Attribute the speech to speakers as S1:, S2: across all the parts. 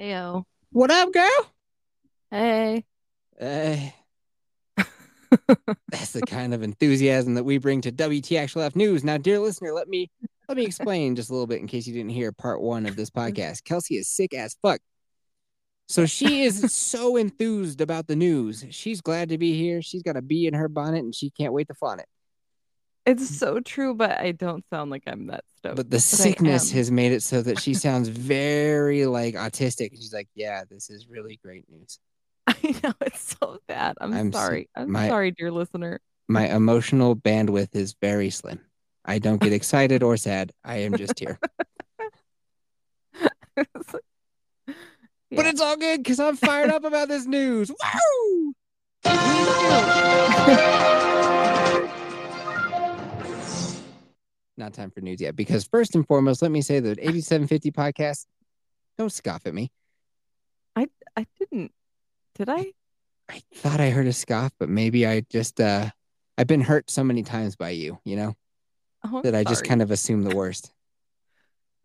S1: Ayo.
S2: What up, girl?
S1: Hey.
S2: Hey. Uh, That's the kind of enthusiasm that we bring to WTXLF News. Now, dear listener, let me let me explain just a little bit in case you didn't hear part one of this podcast. Kelsey is sick as fuck. So she is so enthused about the news. She's glad to be here. She's got a bee in her bonnet and she can't wait to flaunt it.
S1: It's so true, but I don't sound like I'm that stoked.
S2: But the sickness has made it so that she sounds very like autistic. And she's like, Yeah, this is really great news.
S1: I know it's so bad. I'm,
S2: I'm so-
S1: sorry. I'm
S2: my-
S1: sorry, dear listener.
S2: My emotional bandwidth is very slim. I don't get excited or sad. I am just here.
S1: It's like-
S2: But
S1: Yeah.
S2: it's all good because I'm fired up about this news. Woo! Not time for news yet, because first and foremost, let me say that 8750 podcast, don't scoff at me.
S1: I didn't. Did I?
S2: I thought I heard a scoff, but maybe I just uh I've been hurt so many times by you, you know,
S1: Oh, I'm
S2: that I just
S1: sorry.
S2: kind of assume the worst.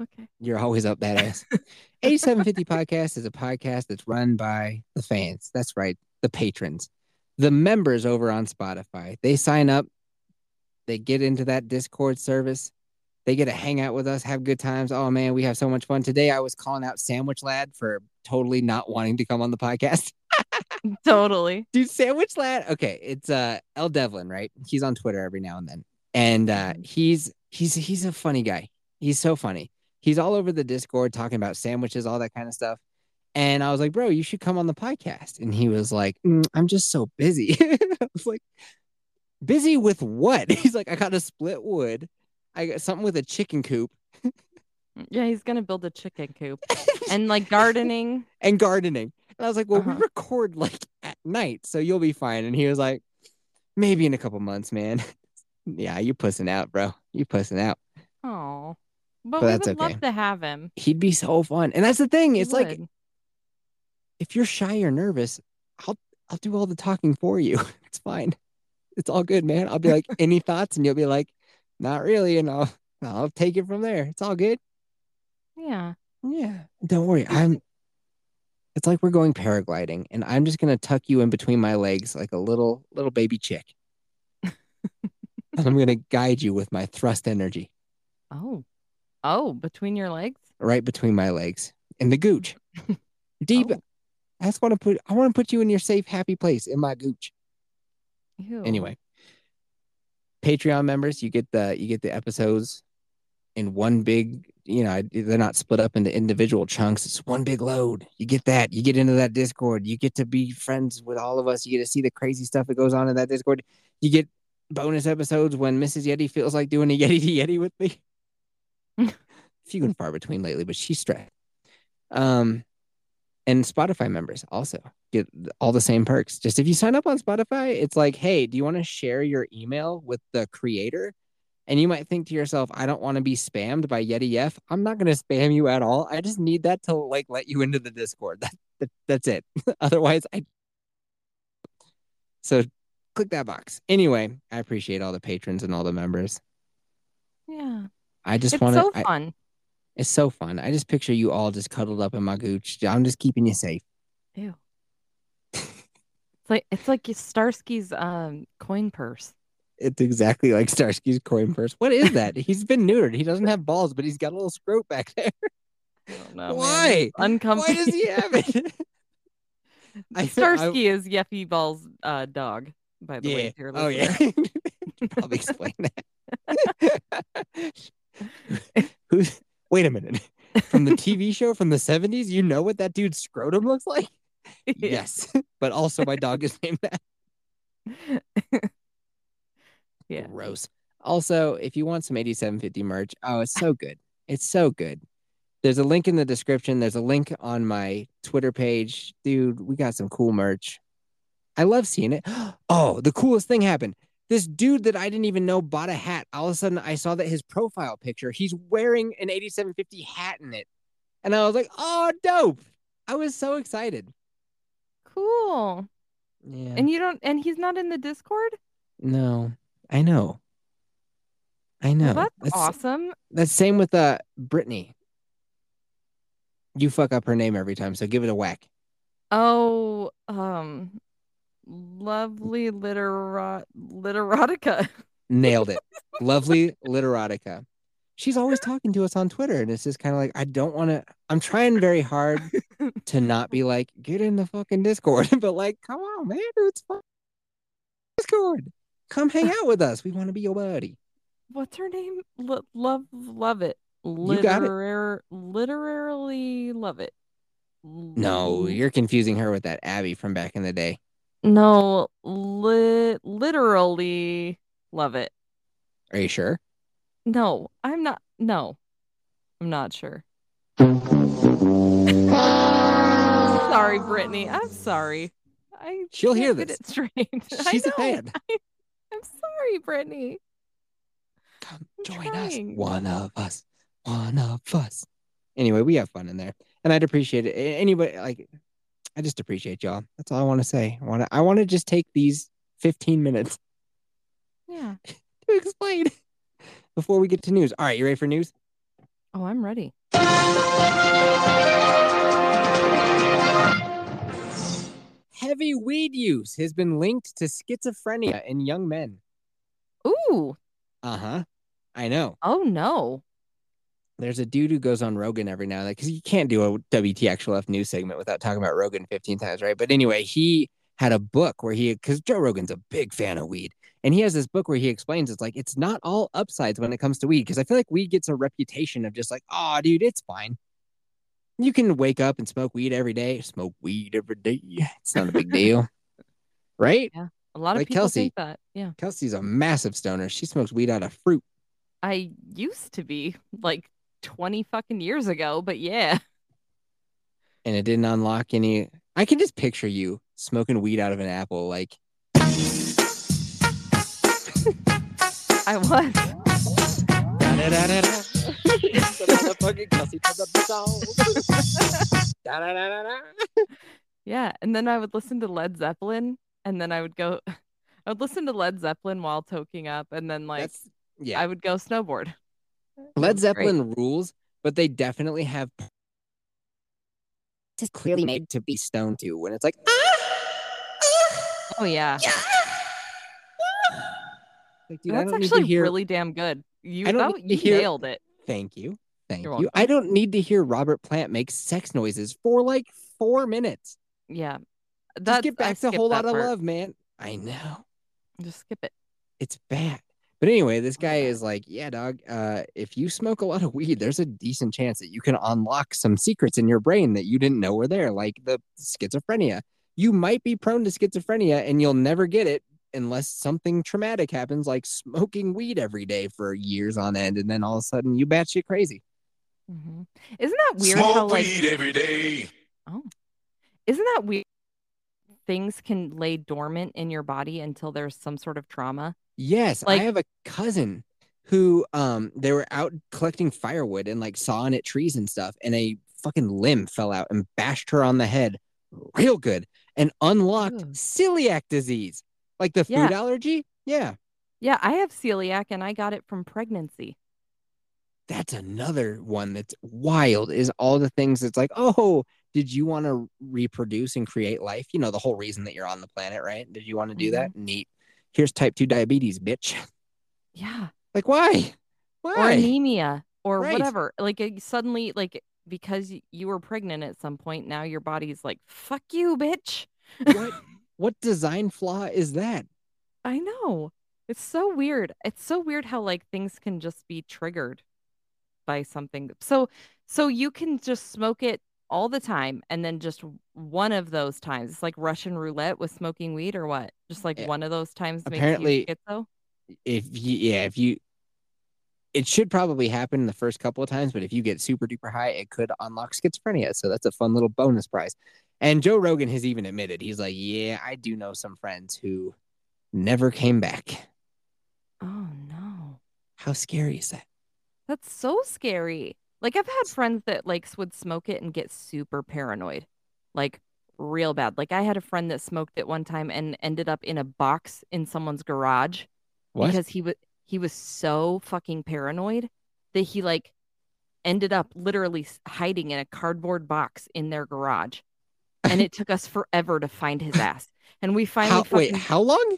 S1: Okay.
S2: You're always up that ass. 8750 Podcast is a podcast that's run by the fans. That's right, the patrons, the members over on Spotify. They sign up, they get into that Discord service, they get to hang out with us, have good times. Oh man, we have so much fun. Today I was calling out Sandwich Lad for totally not wanting to come on the podcast.
S1: Totally.
S2: Dude, Sandwich Lad. Okay, it's uh L Devlin, right? He's on Twitter every now and then. And uh
S1: Mhm.
S2: he's he's he's a funny guy. He's so funny. He's all over the Discord talking about sandwiches, all that kind of stuff. And I was like, "Bro, you should come on the podcast." And he was like, "Mm, "I'm just so busy." I was like, "Busy with what?" He's like, "I got to split wood. I got something with a chicken coop
S1: Yeah, he's gonna build a chicken coop and like gardening.
S2: and gardening." And I was like, "Well, we
S1: Uh-huh.
S2: record like at night, so you'll be fine." And he was like, "Maybe in a couple months, man." yeah, you pussing out, bro. You pussing out.
S1: Oh, but
S2: But
S1: we
S2: that's
S1: would
S2: okay.
S1: love to have him.
S2: He'd be so fun. And that's the thing.
S1: We
S2: It's like
S1: would.
S2: if you're shy or nervous, I'll I'll do all the talking for you. It's fine. It's all good, man. I'll be like, any thoughts? And you'll be like, not really. And I'll I'll take it from there. It's all good.
S1: yeah.
S2: Yeah. Don't worry. I'm it's like we're going paragliding and I'm just gonna tuck you in between my legs like a little little baby chick. and I'm gonna guide you with my thrust energy
S1: Oh, oh, between your legs.
S2: right between my legs in the gooch. Deep
S1: Oh,
S2: I just want to put I want to put you in your safe, happy place in my gooch.
S1: ew.
S2: Anyway. Patreon members, you get the you get the episodes in one big, you know, I- they're not split up into individual chunks. It's one big load. You get that. You get into that Discord. You get to be friends with all of us. You get to see the crazy stuff that goes on in that Discord. You get bonus episodes when Mrs. Yeti feels like doing a Yeti to Yeti with me. Few and far between lately, but she's stressed. Um, and Spotify members also get all the same perks. Just if you sign up on Spotify, it's like, hey, do you want to share your email with the creator? And you might think to yourself, I don't want to be spammed by Yeti F. I'm not going to spam you at all. I just need that to like let you into the Discord. That, that that's it. Otherwise, I. So, click that box. Anyway, I appreciate all the patrons and all the members.
S1: Yeah.
S2: I just
S1: it's
S2: want
S1: so
S2: to.
S1: fun.
S2: It's so fun. I just picture you all just cuddled up in my gooch. I'm just keeping you safe.
S1: Ew. it's like it's like Starsky's um coin purse.
S2: It's exactly like Starsky's coin purse. What is that? he's been neutered. He doesn't have balls, but he's got a little scrote back there.
S1: I don't know. man.
S2: Why?
S1: It's Uncomfy.
S2: Why does he have it? I- I-
S1: Starsky is Yeffy Ball's uh, dog, by the way. dear
S2: Oh yeah.
S1: listener.
S2: Probably explain that. Who's? Wait a minute. From the TV show from the seventies, you know what that dude's scrotum looks like? Yes, but also my dog is named that.
S1: Yeah.
S2: Gross. Also, if you want some eighty-seven fifty merch, oh, it's so good. It's so good. There's a link in the description. There's a link on my Twitter page, dude. We got some cool merch. I love seeing it. Oh, the coolest thing happened. This dude that I didn't even know bought a hat. All of a sudden, I saw that his profile picture. He's wearing an eighty-seven fifty hat in it, and I was like, "Oh, dope!" I was so excited.
S1: Cool.
S2: Yeah.
S1: And you don't and he's not in the Discord?
S2: No, I know. I know.
S1: Well, that's
S2: That's
S1: awesome.
S2: that's same with uh Brittany. You fuck up her name every time, so give it a whack.
S1: Oh, um, lovely litera- literotica.
S2: Nailed it. Lovely literotica. She's always talking to us on Twitter, and it's just kind of like I don't want to. I'm trying very hard to not be like get in the fucking Discord, but like come on, man, it's fun. Discord, come hang out with us. We want to be your buddy.
S1: What's her name? Lo- love, love it.
S2: got it.
S1: Literar- literally love it.
S2: No, you're confusing her with that Abby from back in the day.
S1: no, li- literally love it.
S2: Are you sure?
S1: No, I'm not. No, I'm not sure. sorry, Brittany. I'm sorry. I
S2: She'll hear
S1: can't get
S2: this.
S1: it straight.
S2: She's
S1: I
S2: a
S1: know.
S2: fan.
S1: I'm sorry, Brittany.
S2: Come
S1: I'm
S2: join
S1: trying.
S2: us. One of us. One of us. Anyway, we have fun in there. And I'd appreciate it. A- Anybody like I just appreciate y'all. That's all I want to say. I want to I want to just take these 15 minutes
S1: Yeah.
S2: to explain before we get to news. All right, you ready for news?
S1: Oh, I'm ready.
S2: Heavy weed use has been linked to schizophrenia in young men.
S1: Ooh.
S2: Uh-huh. I know.
S1: Oh no.
S2: there's a dude who goes on Rogan every now and then because you can't do a WTXLF news segment without talking about Rogan 15 times, right? But anyway, he had a book where he, because Joe Rogan's a big fan of weed, and he has this book where he explains it's like it's not all upsides when it comes to weed because I feel like weed gets a reputation of just like, oh, dude, it's fine. You can wake up and smoke weed every day, smoke weed every day. It's not a big deal, right?
S1: A lot of
S2: Like
S1: people
S2: Kelsey.
S1: think that. Yeah.
S2: Kelsey's a massive stoner. She smokes weed out of fruit.
S1: I used to be like 20 fucking years ago, but yeah.
S2: and it didn't unlock any. I can just picture you smoking weed out of an apple, like
S1: I was.
S2: Da-da-da-da-da. It's the motherfucking Kelsey from the Beatles. Da-da-da-da-da.
S1: Yeah. And then I would listen to Led Zeppelin and then I would go I would listen to Led Zeppelin while toking up and then like
S2: That's- yeah.
S1: I would go snowboard.
S2: Led
S1: was great.
S2: Zeppelin rules, but they definitely have just clearly made to be stoned to when it's like
S1: Oh yeah.
S2: like dude, I
S1: That's
S2: don't need to
S1: actually
S2: hear
S1: really damn good. You
S2: I don't
S1: that-
S2: need to
S1: you
S2: hear-
S1: nailed it.
S2: thank you. Thank
S1: You're
S2: you. I don't need to hear Robert Plant make sex noises for like four minutes.
S1: Yeah. That's
S2: Just get
S1: I
S2: back to a
S1: skipped
S2: whole
S1: that
S2: lot of
S1: part.
S2: love, man. I know.
S1: Just skip it.
S2: It's bad. But anyway, this guy
S1: Yeah.
S2: is like, yeah, dog, uh, if you smoke a lot of weed, there's a decent chance that you can unlock some secrets in your brain that you didn't know were there, like the schizophrenia. You might be prone to schizophrenia and you'll never get it unless something traumatic happens, like smoking weed every day for years on end. And then all of a sudden you batshit crazy.
S1: hmm Isn't that weird
S3: Smoke
S1: how like
S3: weed every day.
S1: isn't that weird? Things can lay dormant in your body until there's some sort of trauma.
S2: Yes,
S1: Like-
S2: I have a cousin who um they were out collecting firewood and like sawing at trees and stuff, and a fucking limb fell out and bashed her on the head real good and unlocked
S1: Ugh.
S2: celiac disease. Like the food
S1: Yeah.
S2: allergy? Yeah.
S1: Yeah, I have celiac and I got it from pregnancy.
S2: That's another one that's wild is all the things that's like, oh, did you want to reproduce and create life? You know, the whole reason that you're on the planet, right? Did you want to do that?
S1: Mm-hmm.
S2: Neat. Here's type 2 diabetes, bitch.
S1: Yeah.
S2: Like, why?
S1: Or
S2: Why?
S1: anemia or
S2: Right.
S1: whatever. Like it, suddenly like because y- you were pregnant at some point, now your body's like, fuck you, bitch.
S2: what what design flaw is that?
S1: I know. It's so weird. It's so weird how like things can just be triggered by something. So so you can just smoke it all the time and then just w- one of those times. It's like Russian roulette with smoking weed or what? Just like
S2: Yeah.
S1: one of those times makes
S2: Eh, Apparently-
S1: you schizo.
S2: If you yeah, if you it should probably happen the first couple of times, but if you get super duper high, it could unlock schizophrenia. So that's a fun little bonus prize. And Joe Rogan has even admitted he's like, Yeah, I do know some friends who never came back.
S1: Oh no.
S2: How scary is that?
S1: That's so scary. Like I've had friends that like s- would smoke it and get super paranoid. Like real bad. Like I had a friend that smoked it one time and ended up in a box in someone's garage
S2: What?
S1: because he was he was so fucking paranoid that he like ended up literally s- hiding in a cardboard box in their garage. And it took us forever to find his ass. And we finally
S2: How, wait,
S1: fucking-
S2: how long?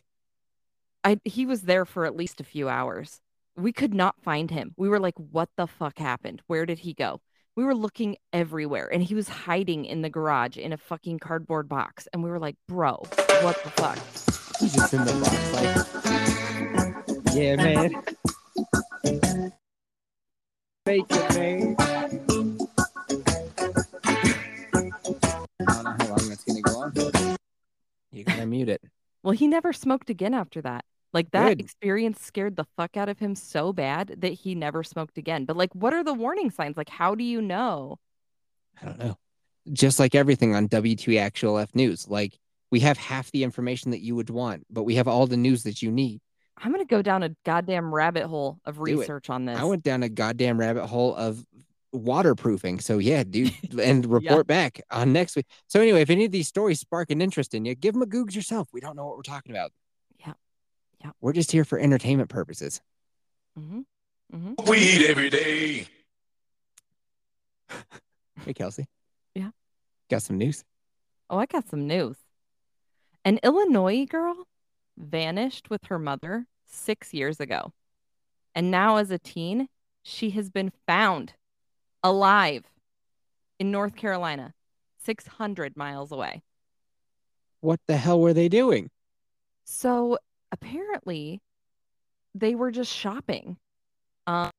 S1: I, he was there for at least a few hours. We could not find him. We were like, what the fuck happened? Where did he go? We were looking everywhere and he was hiding in the garage in a fucking cardboard box. And we were like, bro, what the fuck?
S2: He's just in the box, like, yeah, man. Fake it, man. I don't know how long that's gonna go on. for. You gotta mute it.
S1: Well, he never smoked again after that. Like that
S2: Good.
S1: experience scared the fuck out of him so bad that he never smoked again. But like, what are the warning signs? Like, how do you know?
S2: I don't know. Just like everything on W2 Actual F News, like we have half the information that you would want, but we have all the news that you need.
S1: I'm gonna go down a goddamn rabbit hole of
S2: it.
S1: research on this.
S2: I went down a goddamn rabbit hole of waterproofing. So yeah, dude, and report back on next week. So anyway, if any of these stories spark an interest in you, give them a googs yourself. We don't know what we're talking about.
S1: Yeah. Yeah.
S2: We're just here for entertainment purposes.
S1: Mhm. Mhm.
S3: We eat every day.
S2: Hey, Kelsey.
S1: Yeah.
S2: Got some news.
S1: Oh, I got some news. An Illinois girl vanished with her mother six years ago. And now, as a teen, she has been found alive in North Carolina, 600 miles away.
S2: What the hell were they doing?
S1: So apparently, they were just shopping. Um,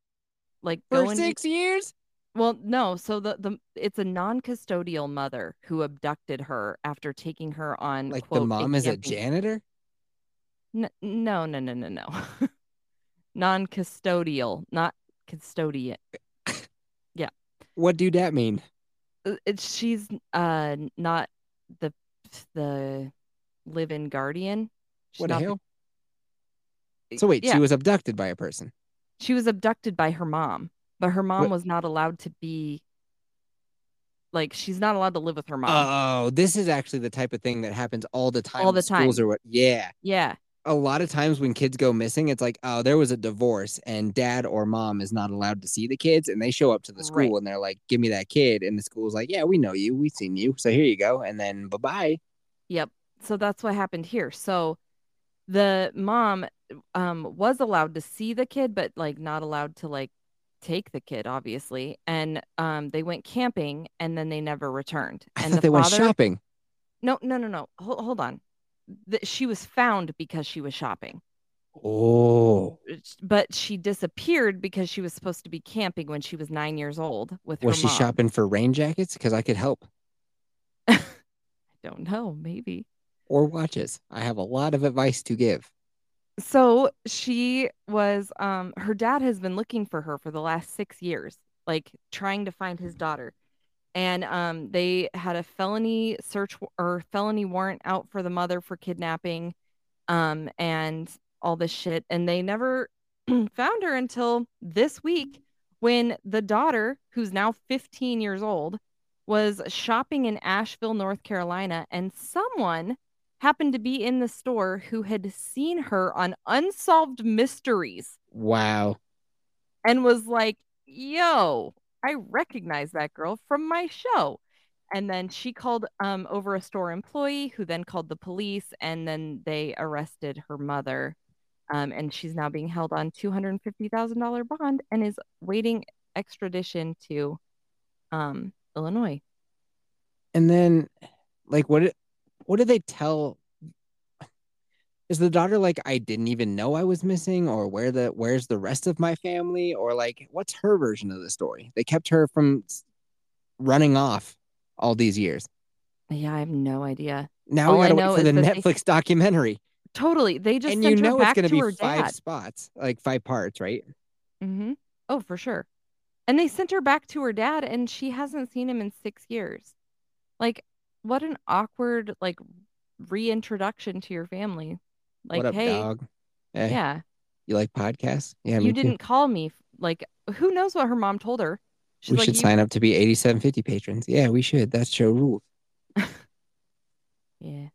S1: like
S2: For
S1: going
S2: six years?
S1: Well, no. So the the it's a non-custodial mother who abducted her after taking her on
S2: Like
S1: quote,
S2: the mom is a
S1: camping
S2: janitor?
S1: N- no, no, no, no, no. Non-custodial, not custodian.
S2: What do that mean?
S1: Uh, It, she's uh n- not the the live-in guardian. She's
S2: What
S1: not
S2: the
S1: the-
S2: hell? So wait,
S1: yeah,
S2: she was abducted by a person.
S1: she was abducted by her mom, but her mom
S2: What-
S1: was not allowed to be like she's not allowed to live with her mom.
S2: Oh, this is actually the type of thing that happens all the time.
S1: All
S2: in
S1: the time.
S2: schools or what? Yeah.
S1: yeah,
S2: a lot of times when kids go missing, it's like, oh, there was a divorce and dad or mom is not allowed to see the kids. And they show up to the school
S1: Right.
S2: and they're like, give me that kid. And the school's like, yeah, we know you. We've seen you. So here you go. And then bye bye.
S1: yep. So that's what happened here. So the mom um was allowed to see the kid but like not allowed to like take the kid obviously and um they went camping and then they never returned
S2: I
S1: and
S2: thought
S1: the
S2: they went
S1: father
S2: shopping.
S1: no no no no hold, hold on Th- she was found because she was shopping
S2: Oh,
S1: It's- but she disappeared because she was supposed to be camping when she was nine years old with
S2: was
S1: her
S2: she
S1: mom.
S2: shopping for rain jackets? Because I could help
S1: i don't know maybe
S2: or watches. I have a lot of advice to give.
S1: so she was um her dad has been looking for her for the last six years like trying to find his daughter and um they had a felony search w- or felony warrant out for the mother for kidnapping um and all this shit and they never found her until this week when the daughter who's now 15 years old was shopping in Asheville, North Carolina and someone happened to be in the store who had seen her on Unsolved Mysteries
S2: Wow.
S1: and was like, "Yo, I recognize that girl from my show." And then she called um, over a store employee, who then called the police, and then they arrested her mother. Um, and she's now being held on two hundred and fifty thousand dollar bond and is waiting extradition to um, Illinois.
S2: And then, like, what? did- What did they tell? Is the daughter like I didn't even know I was missing, or where the where's the rest of my family, or like what's her version of the story? They kept her from s- running off all these years.
S1: Yeah, I have no idea.
S2: Now
S1: All
S2: we
S1: I
S2: gotta wait
S1: know
S2: for
S1: is
S2: the
S1: that they-
S2: Netflix documentary,
S1: Totally, they just
S2: and you
S1: sent her
S2: know it's
S1: back
S2: gonna
S1: to
S2: be
S1: her
S2: five
S1: dad.
S2: spots, like five parts, right?
S1: Mm-hmm. Oh, for sure. And they sent her back to her dad, and she hasn't seen him in six years. Like, what an awkward like reintroduction to your family. Like,
S2: what up,
S1: hey,
S2: dog? Eh,
S1: yeah,
S2: you like podcasts? Yeah, me
S1: you
S2: too.
S1: didn't call me. Like, who knows what her mom told her? She's
S2: we
S1: like,
S2: should
S1: you...
S2: sign up to be eighty-seven fifty patrons. Yeah, we should. That's show rules.
S1: yeah. Her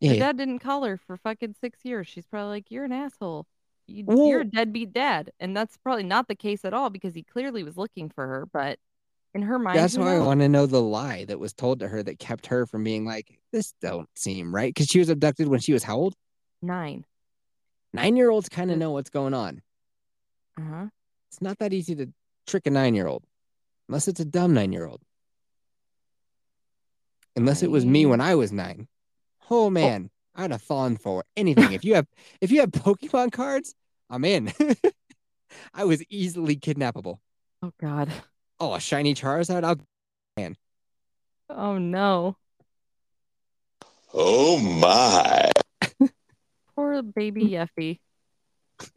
S2: Yeah,
S1: dad didn't call her for fucking six years. She's probably like, you're an asshole. you,
S2: Well-
S1: you're a deadbeat dad, and that's probably not the case at all because he clearly was looking for her, but in her mind,
S2: That's
S1: who
S2: why I
S1: knows?
S2: want to know the lie that was told to her that kept her from being like, this don't seem right. Because she was abducted when she was how old?
S1: nine.
S2: Nine year olds kind of
S1: Mm.
S2: know what's going on.
S1: Uh huh.
S2: It's not that easy to trick a nine year old, unless it's a dumb nine year old. Unless it was me when I was nine. Oh man, I'd have fallen for anything. if you have if you have Pokemon cards, I'm in. I was easily kidnappable.
S1: Oh God.
S2: Oh, a shiny Charizard. I'll
S1: Oh no.
S3: Oh my.
S1: Poor baby Yeffy.
S2: Mm,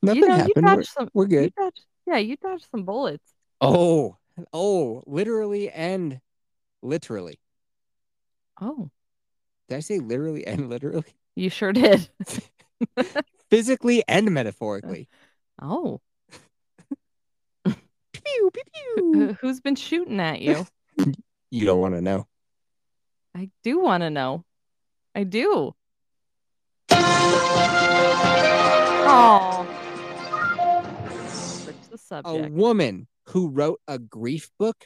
S2: nothing
S1: you know, you
S2: happened. We're,
S1: dodged some.
S2: we're
S1: You
S2: good.
S1: dodged, yeah, you dodged some bullets.
S2: Oh, oh, literally and literally.
S1: Oh,
S2: Did I say literally and literally?
S1: you sure did.
S2: Physically and metaphorically.
S1: Oh,
S2: Pew pew pew.
S1: who- who's been shooting at you?
S2: you don't want to know.
S1: I do want to know. I do. Oh. Switch the
S2: a
S1: subject.
S2: woman who wrote a grief book.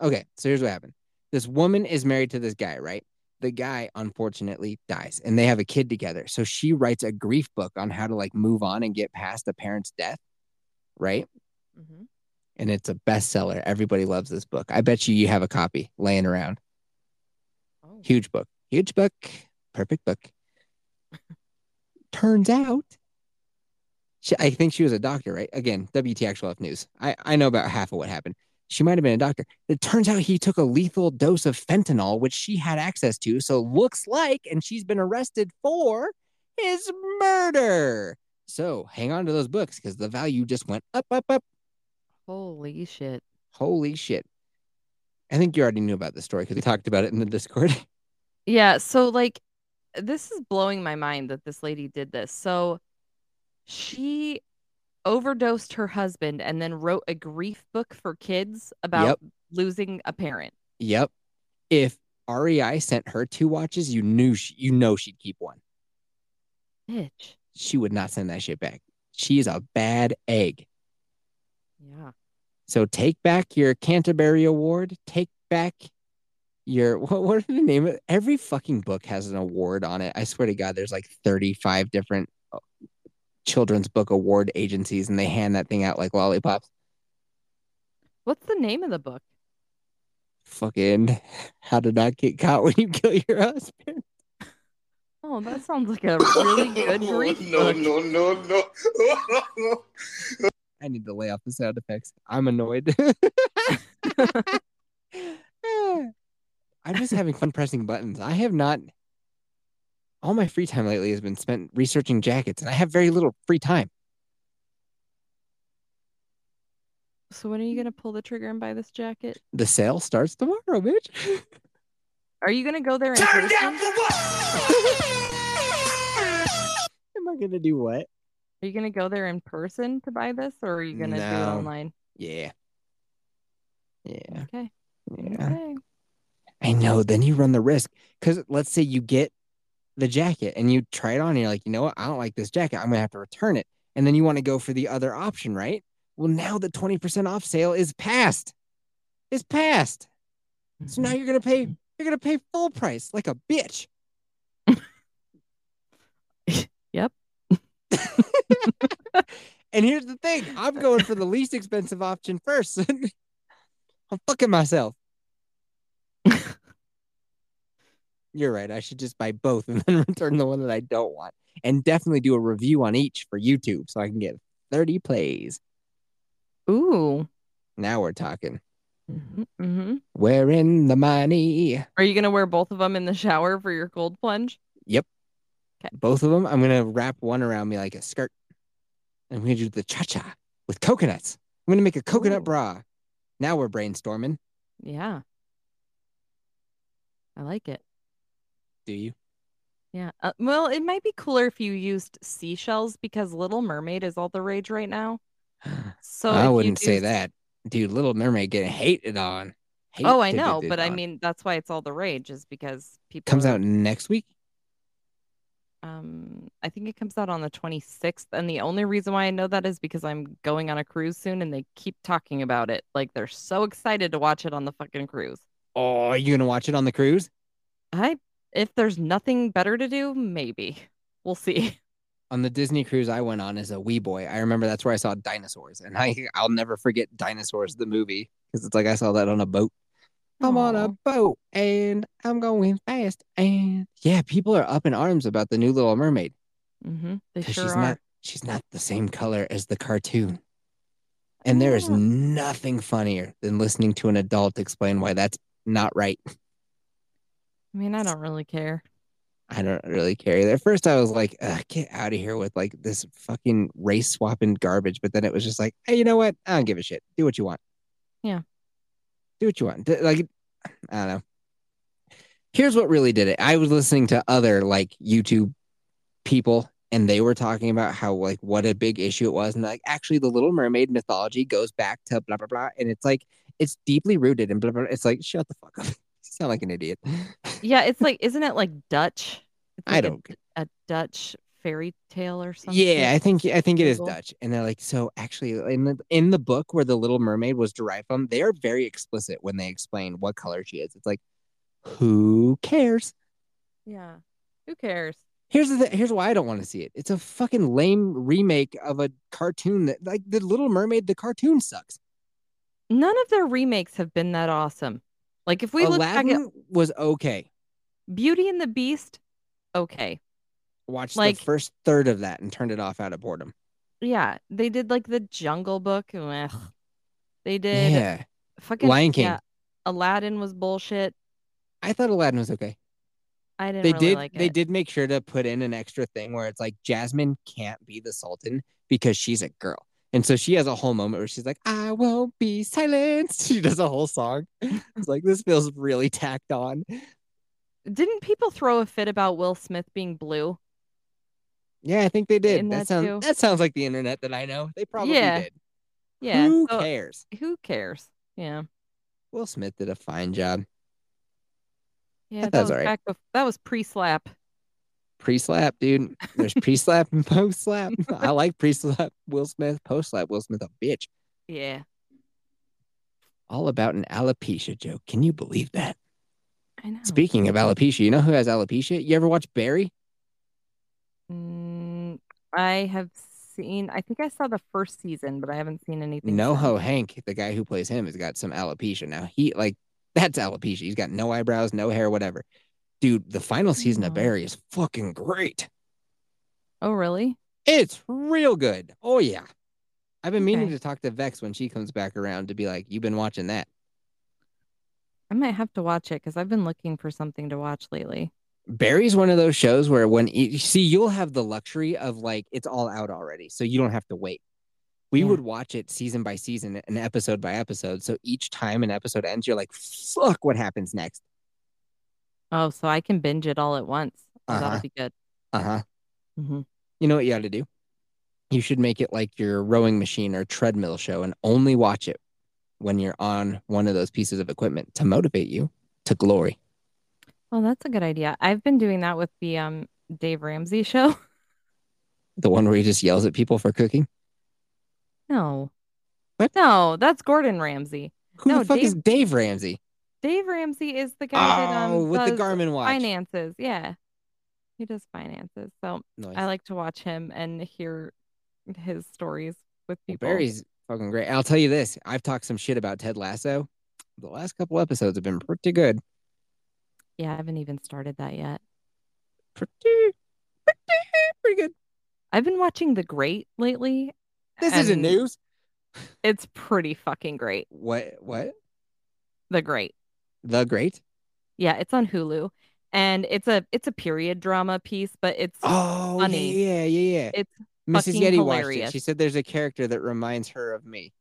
S2: Okay, so here's what happened. This woman is married to this guy, right? The guy unfortunately dies and they have a kid together. So she writes a grief book on how to like move on and get past a parent's death, right? Oh.
S1: Mhm.
S2: And it's a bestseller. Everybody loves this book. I bet you you have a copy laying around.
S1: Oh.
S2: Huge book. Huge book. Perfect book. Turns out she, I think she was a doctor, right? Again, WTXLF News. I, I know about half of what happened. She might have been a doctor. It turns out he took a lethal dose of fentanyl, which she had access to. So looks like, and she's been arrested for his murder. So hang on to those books because the value just went up, up, up.
S1: Holy shit.
S2: Holy shit. I think you already knew about this story because we talked about it in the Discord.
S1: Yeah. So, like, this is blowing my mind that this lady did this. So, she overdosed her husband and then wrote a grief book for kids about losing a parent.
S2: yep. If REI sent her two watches, you knew she, you know she'd keep one.
S1: Bitch.
S2: She would not send that shit back. She's a bad egg.
S1: Yeah.
S2: So take back your Canterbury Award. Take back your what? What are the name of every fucking book has an award on it? I swear to God, there's like 35 different uh, children's book award agencies, and they hand that thing out like lollipops.
S1: What's the name of the book?
S2: Fucking how to not get caught when you kill your husband.
S1: Oh, that sounds like a really good grief
S3: no,
S1: book.
S3: no, no, no.
S2: I need to lay off the sound effects. I'm annoyed. I'm just having fun pressing buttons. I have not. All my free time lately has been spent researching jackets, and I have very little free time.
S1: So when are you gonna pull the trigger and buy this jacket?
S2: The sale starts tomorrow, bitch.
S1: Are you gonna go there in
S3: Turn
S1: person?
S3: down for what?
S2: Am I gonna do what?
S1: Are you gonna go there in person to buy this, or are you gonna do it
S2: No.
S1: online?
S2: Yeah. Yeah.
S1: Okay.
S2: Yeah.
S1: Okay.
S2: I know. Then you run the risk because let's say you get the jacket and you try it on, and you're like, you know what? I don't like this jacket. I'm gonna have to return it. And then you want to go for the other option, right? Well, now the 20% off sale is past. It's past. So now you're gonna pay. You're gonna pay full price like a bitch.
S1: Yep.
S2: and here's the thing: I'm going for the least expensive option first. I'm fucking myself. you're right. I should just buy both and then return the one that I don't want, and definitely do a review on each for YouTube so I can get 30 plays.
S1: Ooh.
S2: Now we're talking.
S1: hmm hmm
S2: We're in the money.
S1: Are you gonna wear both of them in the shower for your cold plunge?
S2: both of them. I'm gonna wrap one around me like a skirt. And we're gonna do the cha cha with coconuts. I'm gonna make a coconut
S1: Ooh.
S2: bra. Now we're brainstorming.
S1: Yeah. I like it.
S2: Do you?
S1: Yeah. Uh, well, it might be cooler if you used seashells because Little Mermaid is all the rage right now. So if
S2: I
S1: Oh, you
S2: wouldn't
S1: do
S2: say
S1: s-
S2: that, dude. Little Mermaid getting hated on.
S1: Oh, I
S2: Hated
S1: know, but I uh,
S2: on.
S1: mean that's why it's all the rage is because people
S2: comes
S1: are-
S2: out next week.
S1: um I think it comes out on the 26th and the only reason why I know that is because I'm going on a cruise soon and they keep talking about it like they're so excited to watch it on the fucking cruise.
S2: Oh, are you gonna watch it on the cruise?
S1: I if there's nothing better to do, maybe. We'll see.
S2: On the Disney cruise I went on as a wee boy, I remember that's where I saw dinosaurs, and I I'll never forget dinosaurs the movie because it's like I saw that on a boat. I'm on a
S1: Aw.
S2: boat and I'm going fast, and yeah, people are up in arms about the new Little Mermaid
S1: Mhm. They
S2: 'cause
S1: sure
S2: she's
S1: are.
S2: not she's not the same color as the cartoon. And there is
S1: Yeah.
S2: nothing funnier than listening to an adult explain why that's not right.
S1: I mean, I don't really care.
S2: I don't really care. either. At first, I was like, Ugh, get out of here with like this fucking race swapping garbage. But then it was just like, hey, you know what? I don't give a shit. Do what you want.
S1: Yeah.
S2: Do what you want. D- Like, I don't know. Here's what really did it. I was listening to other like YouTube people and they were talking about how like what a big issue it was. And like, actually, the Little Mermaid mythology goes back to blah, blah, blah. And it's like, it's deeply rooted and blah, blah. blah. It's like, shut the fuck up. you sound like an idiot.
S1: Yeah, it's like isn't it like Dutch? It's
S2: I
S1: like a
S2: don't
S1: a Dutch fairy tale or something.
S2: Yeah, I think I think it is
S1: Google.
S2: Dutch, and they're like so. Actually, in the in the book where the Little Mermaid was derived from, they are very explicit when they explain what color she is. It's like, who cares?
S1: Yeah. Who cares?
S2: Here's the th- here's why I don't want to see it. It's a fucking lame remake of a cartoon that like the Little Mermaid. The cartoon sucks.
S1: None of their remakes have been that awesome. Like if we look back at
S2: Aladdin was okay.
S1: Beauty and the Beast, okay.
S2: Watched
S1: Like-
S2: the first third of that and turned it off out of boredom.
S1: Yeah, they did like the Jungle Book. Ugh. They did
S2: Yeah,
S1: fucking
S2: Lion King.
S1: yeah, Aladdin was bullshit.
S2: I thought Aladdin was okay.
S1: I didn't
S2: they
S1: really
S2: did
S1: like
S2: they
S1: it.
S2: did make sure to put in an extra thing where it's like Jasmine can't be the Sultan because she's a girl. And so she has a whole moment where she's like, I won't be silenced. She does a whole song. It's like this feels really tacked on.
S1: Didn't people throw a fit about Will Smith being blue?
S2: Yeah, I think they did.
S1: In
S2: that
S1: that too.
S2: sounds that sounds like the internet that I know. They probably
S1: Yeah.
S2: did.
S1: Yeah.
S2: Who
S1: so
S2: cares?
S1: who cares? Yeah.
S2: Will Smith did a fine job.
S1: Yeah,
S2: thought
S1: that
S2: it
S1: was
S2: was alright.
S1: back bef- that was pre-slap.
S2: Pre-slap, dude. There's pre-slap and post-slap. I like pre-slap Will Smith, post-slap Will Smith a bitch.
S1: Yeah.
S2: All about an alopecia joke. Can you believe that?
S1: I know.
S2: Speaking of alopecia, you know who has alopecia? You ever watch Barry?
S1: Mm, I have seen. I think I saw the first season, but I haven't seen anything. since.
S2: NoHo Hank, the guy who plays him, has got some alopecia. Now he like that's alopecia. He's got no eyebrows, no hair, whatever. Dude, the final season of
S1: No.
S2: Barry is fucking great.
S1: Oh, really?
S2: It's real good. Oh yeah. I've been meaning
S1: Okay.
S2: to talk to Vex when she comes back around to be like, you've been watching that.
S1: I might have to watch it because I've been looking for something to watch lately.
S2: Barry's one of those shows where when you see, you'll have the luxury of like it's all out already, so you don't have to wait. We
S1: Yeah.
S2: would watch it season by season and episode by episode. So each time an episode ends, you're like, fuck, what happens next?
S1: Oh, so I can binge it all at once. Oh,
S2: Uh-huh.
S1: That'll be good.
S2: Uh huh.
S1: Mhm.
S2: You know what you ought to do? You should make it like your rowing machine or treadmill show and only watch it when you're on one of those pieces of equipment to motivate you to glory.
S1: Well, Oh, that's a good idea. I've been doing that with the um Dave Ramsey show.
S2: The one where he just yells at people for cooking.
S1: No.
S2: What?
S1: No, that's Gordon Ramsay.
S2: Who
S1: No,
S2: the fuck
S1: Dave-
S2: is Dave Ramsey?
S1: Dave Ramsey is the guy that
S2: Oh,
S1: um
S2: with the
S1: does
S2: Garmin watch.
S1: finances. Yeah. He does finances. So
S2: Nice.
S1: I like to watch him and hear his stories with
S2: Well,
S1: people.
S2: Oh, Barry's fucking great. I'll tell you this: I've talked some shit about Ted Lasso. The last couple episodes have been pretty good.
S1: Yeah, I haven't even started that yet.
S2: Pretty, pretty, pretty good.
S1: I've been watching The Great lately.
S2: This isn't
S1: and
S2: news.
S1: It's pretty fucking great.
S2: What? What?
S1: The Great.
S2: The Great?
S1: Yeah, it's on Hulu. And it's a it's a period drama piece, but it's
S2: Oh, yeah,
S1: Funny.
S2: yeah, yeah, yeah.
S1: It's
S2: Mrs.
S1: fucking
S2: Yeti watched it. She
S1: hilarious.
S2: said there's a character that reminds her of me.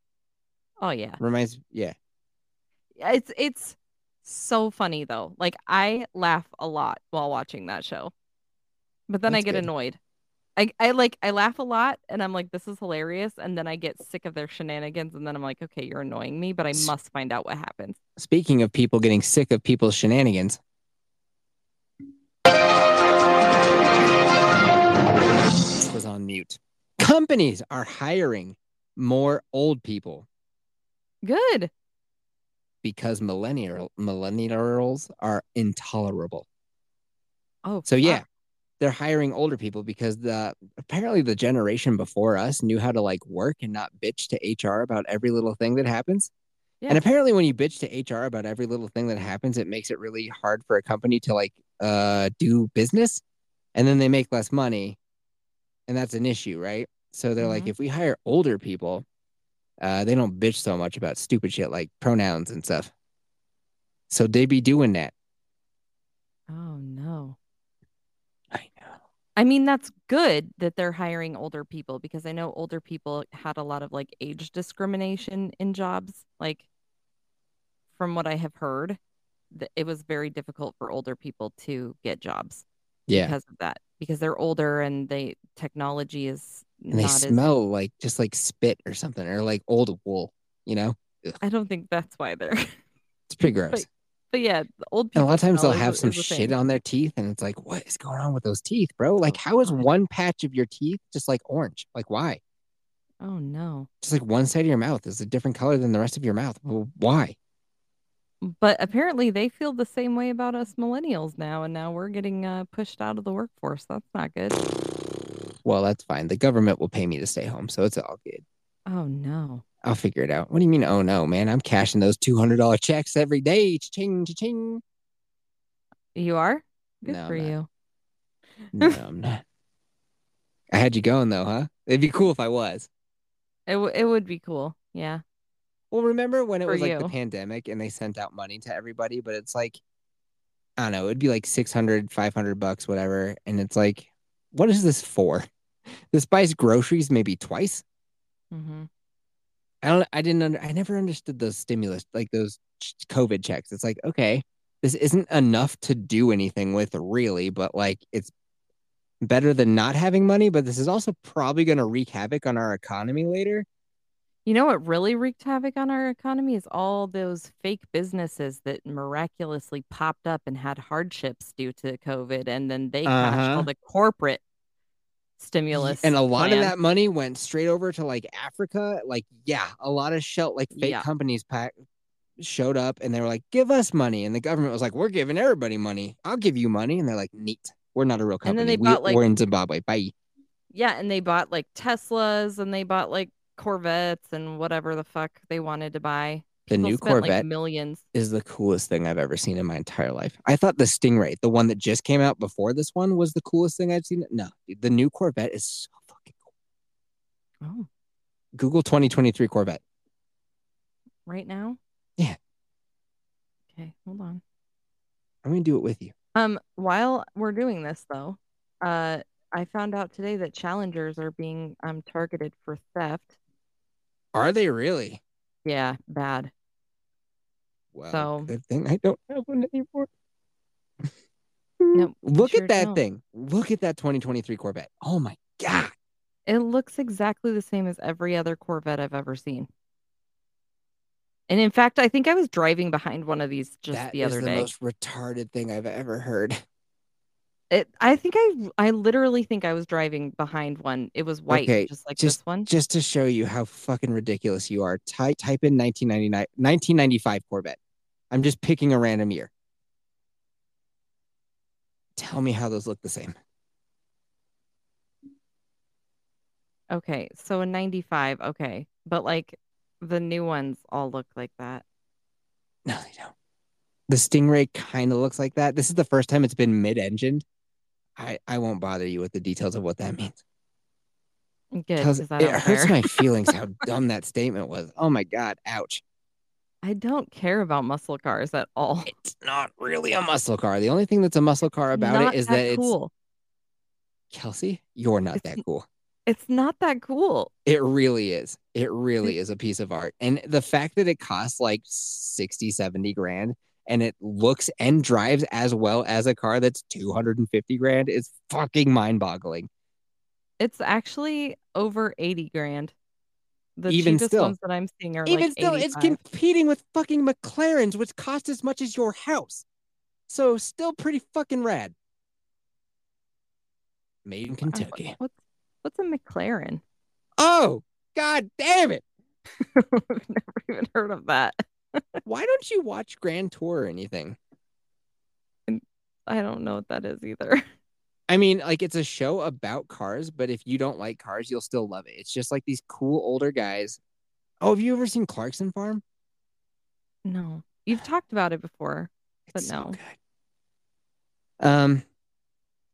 S1: oh yeah.
S2: Reminds, yeah.
S1: It's it's so funny though. Like I laugh a lot while watching that show. But then I
S2: That's
S1: get
S2: good.
S1: annoyed. I, I like I laugh a lot and I'm like, this is hilarious. And then I get sick of their shenanigans and then I'm like, okay, you're annoying me, but I
S2: S-
S1: must find out what happens.
S2: Speaking of people getting sick of people's shenanigans, companies are hiring more old people
S1: Good.
S2: because millennial millennials are intolerable.
S1: Oh,
S2: So
S1: fuck.
S2: yeah, they're hiring older people because the apparently the generation before us knew how to like work and not bitch to HR about every little thing that happens. And
S1: Yeah.
S2: apparently when you bitch to HR about every little thing that happens, it makes it really hard for a company to like uh do business and then they make less money. And that's an issue, right? So they're like
S1: Mhm.
S2: if we hire older people, uh they don't bitch so much about stupid shit like pronouns and stuff. So they be doing that.
S1: Oh no.
S2: I know.
S1: I mean, that's good that they're hiring older people because I know older people had a lot of like age discrimination in jobs. Like, from what I have heard, that it was very difficult for older people to get jobs
S2: Yeah.
S1: because of that because they're older and they technology is
S2: and they
S1: not as.
S2: smell like just like spit or something or like old wool you know
S1: I don't think that's why they're.
S2: it's pretty gross
S1: But but yeah, the old
S2: and
S1: people.
S2: a lot of times
S1: smell
S2: they'll
S1: is
S2: have
S1: a-
S2: some
S1: is a
S2: shit
S1: thing.
S2: on their teeth and it's like what is going on with those teeth bro like
S1: Oh,
S2: how is
S1: God.
S2: one patch of your teeth just like orange like why
S1: Oh no.
S2: just like one side of your mouth is a different color than the rest of your mouth well, why
S1: But apparently they feel the same way about us millennials now, and now we're getting uh, pushed out of the workforce. That's not good.
S2: well that's fine the government will pay me to stay home so it's all good
S1: Oh no.
S2: i'll figure it out what do you mean oh no man i'm cashing those $200 checks every day ching ching
S1: You are? Good
S2: No, I'm
S1: for
S2: not.
S1: you.
S2: no i'm not i had you going though huh it'd be cool if i was
S1: It, w- it would be cool. Yeah.
S2: Well, remember when it
S1: For
S2: was like the
S1: you.
S2: pandemic and they sent out money to everybody, but it's like, I don't know, it'd be like 600, 500 bucks, whatever. And it's like, what is this for? This buys groceries maybe twice. Mm-hmm.
S1: hmm
S2: I don't, I didn't, under, I never understood those stimulus, like those ch- COVID checks. It's like, okay, this isn't enough to do anything with really, but like it's better than not having money. But this is also probably going to wreak havoc on our economy later.
S1: You know what really wreaked havoc on our economy is all those fake businesses that miraculously popped up and had hardships due to COVID, and then they cashed
S2: Uh-huh.
S1: all the corporate
S2: Ye-
S1: stimulus.
S2: And a lot
S1: plan.
S2: of that money went straight over to like Africa. Like, yeah, a lot of shell, like fake
S1: Yeah.
S2: companies pack, showed up and they were like, give us money. And the government was like, we're giving everybody money. I'll give you money. And they're like, neat. We're not a real
S1: And
S2: company.
S1: then they
S2: we,
S1: bought, like-
S2: are in Zimbabwe. Bye.
S1: Yeah, and they bought like Teslas and they bought like Corvettes and whatever the fuck they wanted to buy.
S2: The
S1: People
S2: new
S1: spent, like,
S2: Corvette-
S1: millions.
S2: Is the coolest thing I've ever seen in my entire life. I thought the Stingray, the one that just came out before this one, was the coolest thing I've seen. No, dude, the new Corvette is so fucking cool.
S1: Oh,
S2: Google 2023 Corvette.
S1: right now?
S2: Yeah.
S1: Okay, hold on.
S2: I'm going to do it with you.
S1: Um, while we're doing this though, uh, I found out today that challengers are being um targeted for theft.
S2: Are they really?
S1: Yeah, bad.
S2: Well,
S1: So-
S2: good thing I don't have one anymore.
S1: Nope, we
S2: Mm-hmm. Look
S1: sure
S2: at that
S1: don't.
S2: thing. Look at that 2023 Corvette. Oh my God.
S1: It looks exactly the same as every other Corvette I've ever seen. And in fact, I think I was driving behind one of these just
S2: that
S1: the
S2: is
S1: other
S2: the
S1: day.
S2: most retarded thing I've ever heard.
S1: It, Eh, I think I, I literally think I was driving behind one. It was white,
S2: Okay,
S1: just like
S2: just-
S1: this one.
S2: Just to show you how fucking ridiculous you are, ty- type in 1999, 1995 Corvette. I'm just picking a random year. Tell me how those look the same.
S1: Okay, so in '95, okay, but like the new ones all look like that.
S2: No, they don't. The Stingray kind of looks like that. This is the first time it's been mid engined. I, I won't bother you with the details of what that means.
S1: Good,
S2: Because
S1: 'cause I don't
S2: it
S1: care.
S2: hurts my feelings how dumb that statement was. Oh my god, ouch.
S1: I don't care about muscle cars at all.
S2: It's not really a muscle car. The only thing that's a muscle car about
S1: Not
S2: it is
S1: that
S2: that,
S1: cool.
S2: it's Kelsey, you're not
S1: It's-
S2: that cool.
S1: It's, not that cool.
S2: It really is. It really is a piece of art. And the fact that it costs like 60, 70 grand and it looks and drives as well as a car that's 250 grand is fucking mind boggling.
S1: It's actually over 80 grand. The
S2: Even
S1: cheapest
S2: still-
S1: ones that I'm seeing are
S2: Even
S1: like
S2: still, it's
S1: 85.
S2: competing with fucking McLarens, which cost as much as your house. So still pretty fucking rad. Made in
S1: Uh,
S2: Kentucky.
S1: What's what's a McLaren?
S2: Oh, god damn it.
S1: I've never even heard of that.
S2: Why don't you watch Grand Tour or anything?
S1: I don't know what that is either.
S2: I mean, like it's a show about cars, but if you don't like cars, you'll still love it. It's just like these cool older guys. Oh, have you ever seen Clarkson Farm?
S1: No, you've talked about it before. But
S2: It's
S1: no.
S2: So good. Um,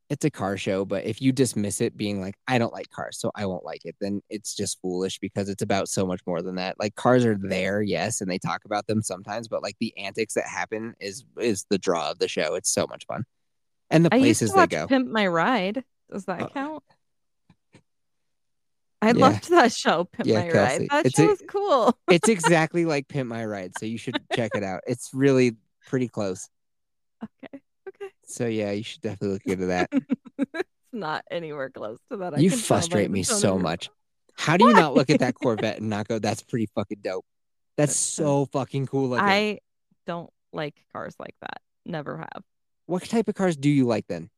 S2: it's a car show, but if you dismiss it being like, I don't like cars, so I won't like it, then it's just foolish because it's about so much more than that. Like cars are there, yes, and they talk about them sometimes, but like the antics that happen is is the draw of the show. It's so much fun. And the
S1: I used to
S2: places they
S1: watch
S2: go.
S1: Pimp My Ride. Does that
S2: Oh.
S1: count? I
S2: Yeah.
S1: loved that show, Pimp
S2: Yeah,
S1: My
S2: Kelsey.
S1: Ride. That
S2: It's
S1: show
S2: a-
S1: was cool.
S2: it's exactly like Pimp My Ride, so you should check it out. It's really pretty close.
S1: Okay, okay.
S2: So yeah, you should definitely look into that.
S1: it's not anywhere close to that. I
S2: you
S1: can tell by
S2: frustrate
S1: the
S2: me
S1: tone of
S2: so
S1: your-
S2: much. How do you not look at
S1: Why?
S2: that Corvette and not go, that's pretty fucking dope? That's so fucking cool looking.
S1: I don't like cars like that. Never have.
S2: What type of cars do you like then?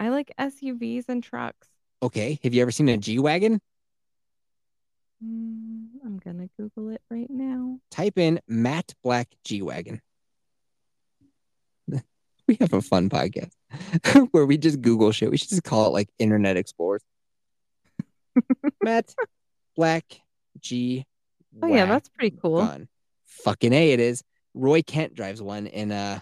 S1: I like SUVs and trucks.
S2: Okay. Have you ever seen a G Wagon?
S1: Mm, I'm gonna Google it right now.
S2: Type in matte black G Wagon. We have a fun podcast where we just Google shit. We should just call it like Internet Explorer. matte black G
S1: Oh yeah, that's pretty cool.
S2: Gun. Fucking A it is. Roy Kent drives one in uh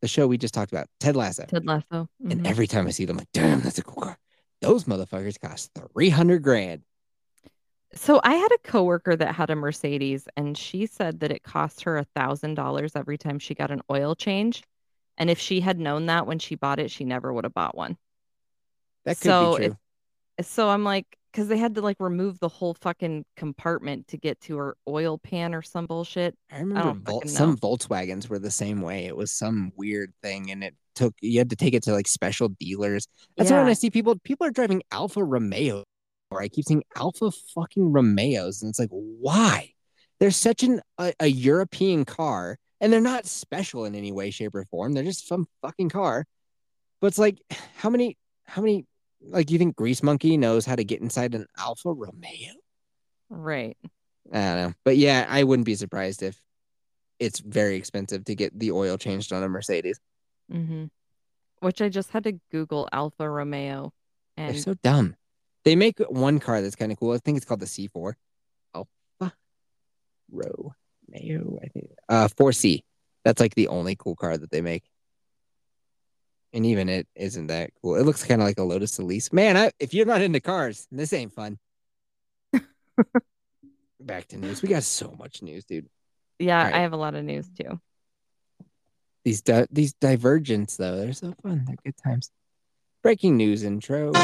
S2: the show we just talked about, Ted Lasso.
S1: Ted Lasso.
S2: And
S1: Mhm.
S2: every time I see them, I'm like, damn, that's a cool car. Those motherfuckers cost 300 grand.
S1: so I had a coworker that had a Mercedes, and she said that it cost her a thousand dollars every time she got an oil change. And if she had known that when she bought it, she never would have bought one.
S2: That could
S1: So
S2: be true.
S1: it's- So I'm like, because they had to like remove the whole fucking compartment to get to her oil pan or some bullshit.
S2: I remember
S1: don't
S2: Vol-
S1: fucking know.
S2: some Volkswagens were the same way. It was some weird thing and it took you had to take it to like special dealers. That's why when I see people people are driving Alfa Romeo or I keep seeing Alfa fucking Romeos and it's like why? They're such an a, a European car and they're not special in any way shape or form. They're just some fucking car. But it's like how many how many like you think Grease Monkey knows how to get inside an Alfa Romeo?
S1: Right.
S2: I don't know. But yeah, I wouldn't be surprised if it's very expensive to get the oil changed on a Mercedes.
S1: hmm Which I just had to Google Alfa Romeo, and
S2: They're so dumb. They make one car that's kind of cool. I think it's called the C4. Alfa Romeo, I think. Uh, 4C. That's like the only cool car that they make. And even it isn't that cool. It looks kind of like a Lotus Elise. Man, I, if you're not into cars, this ain't fun. Back to news. We got so much news, dude.
S1: yeah,
S2: Right.
S1: I have a lot of news too.
S2: These di- these divergents though, they're so fun. They're good times. Breaking news intro.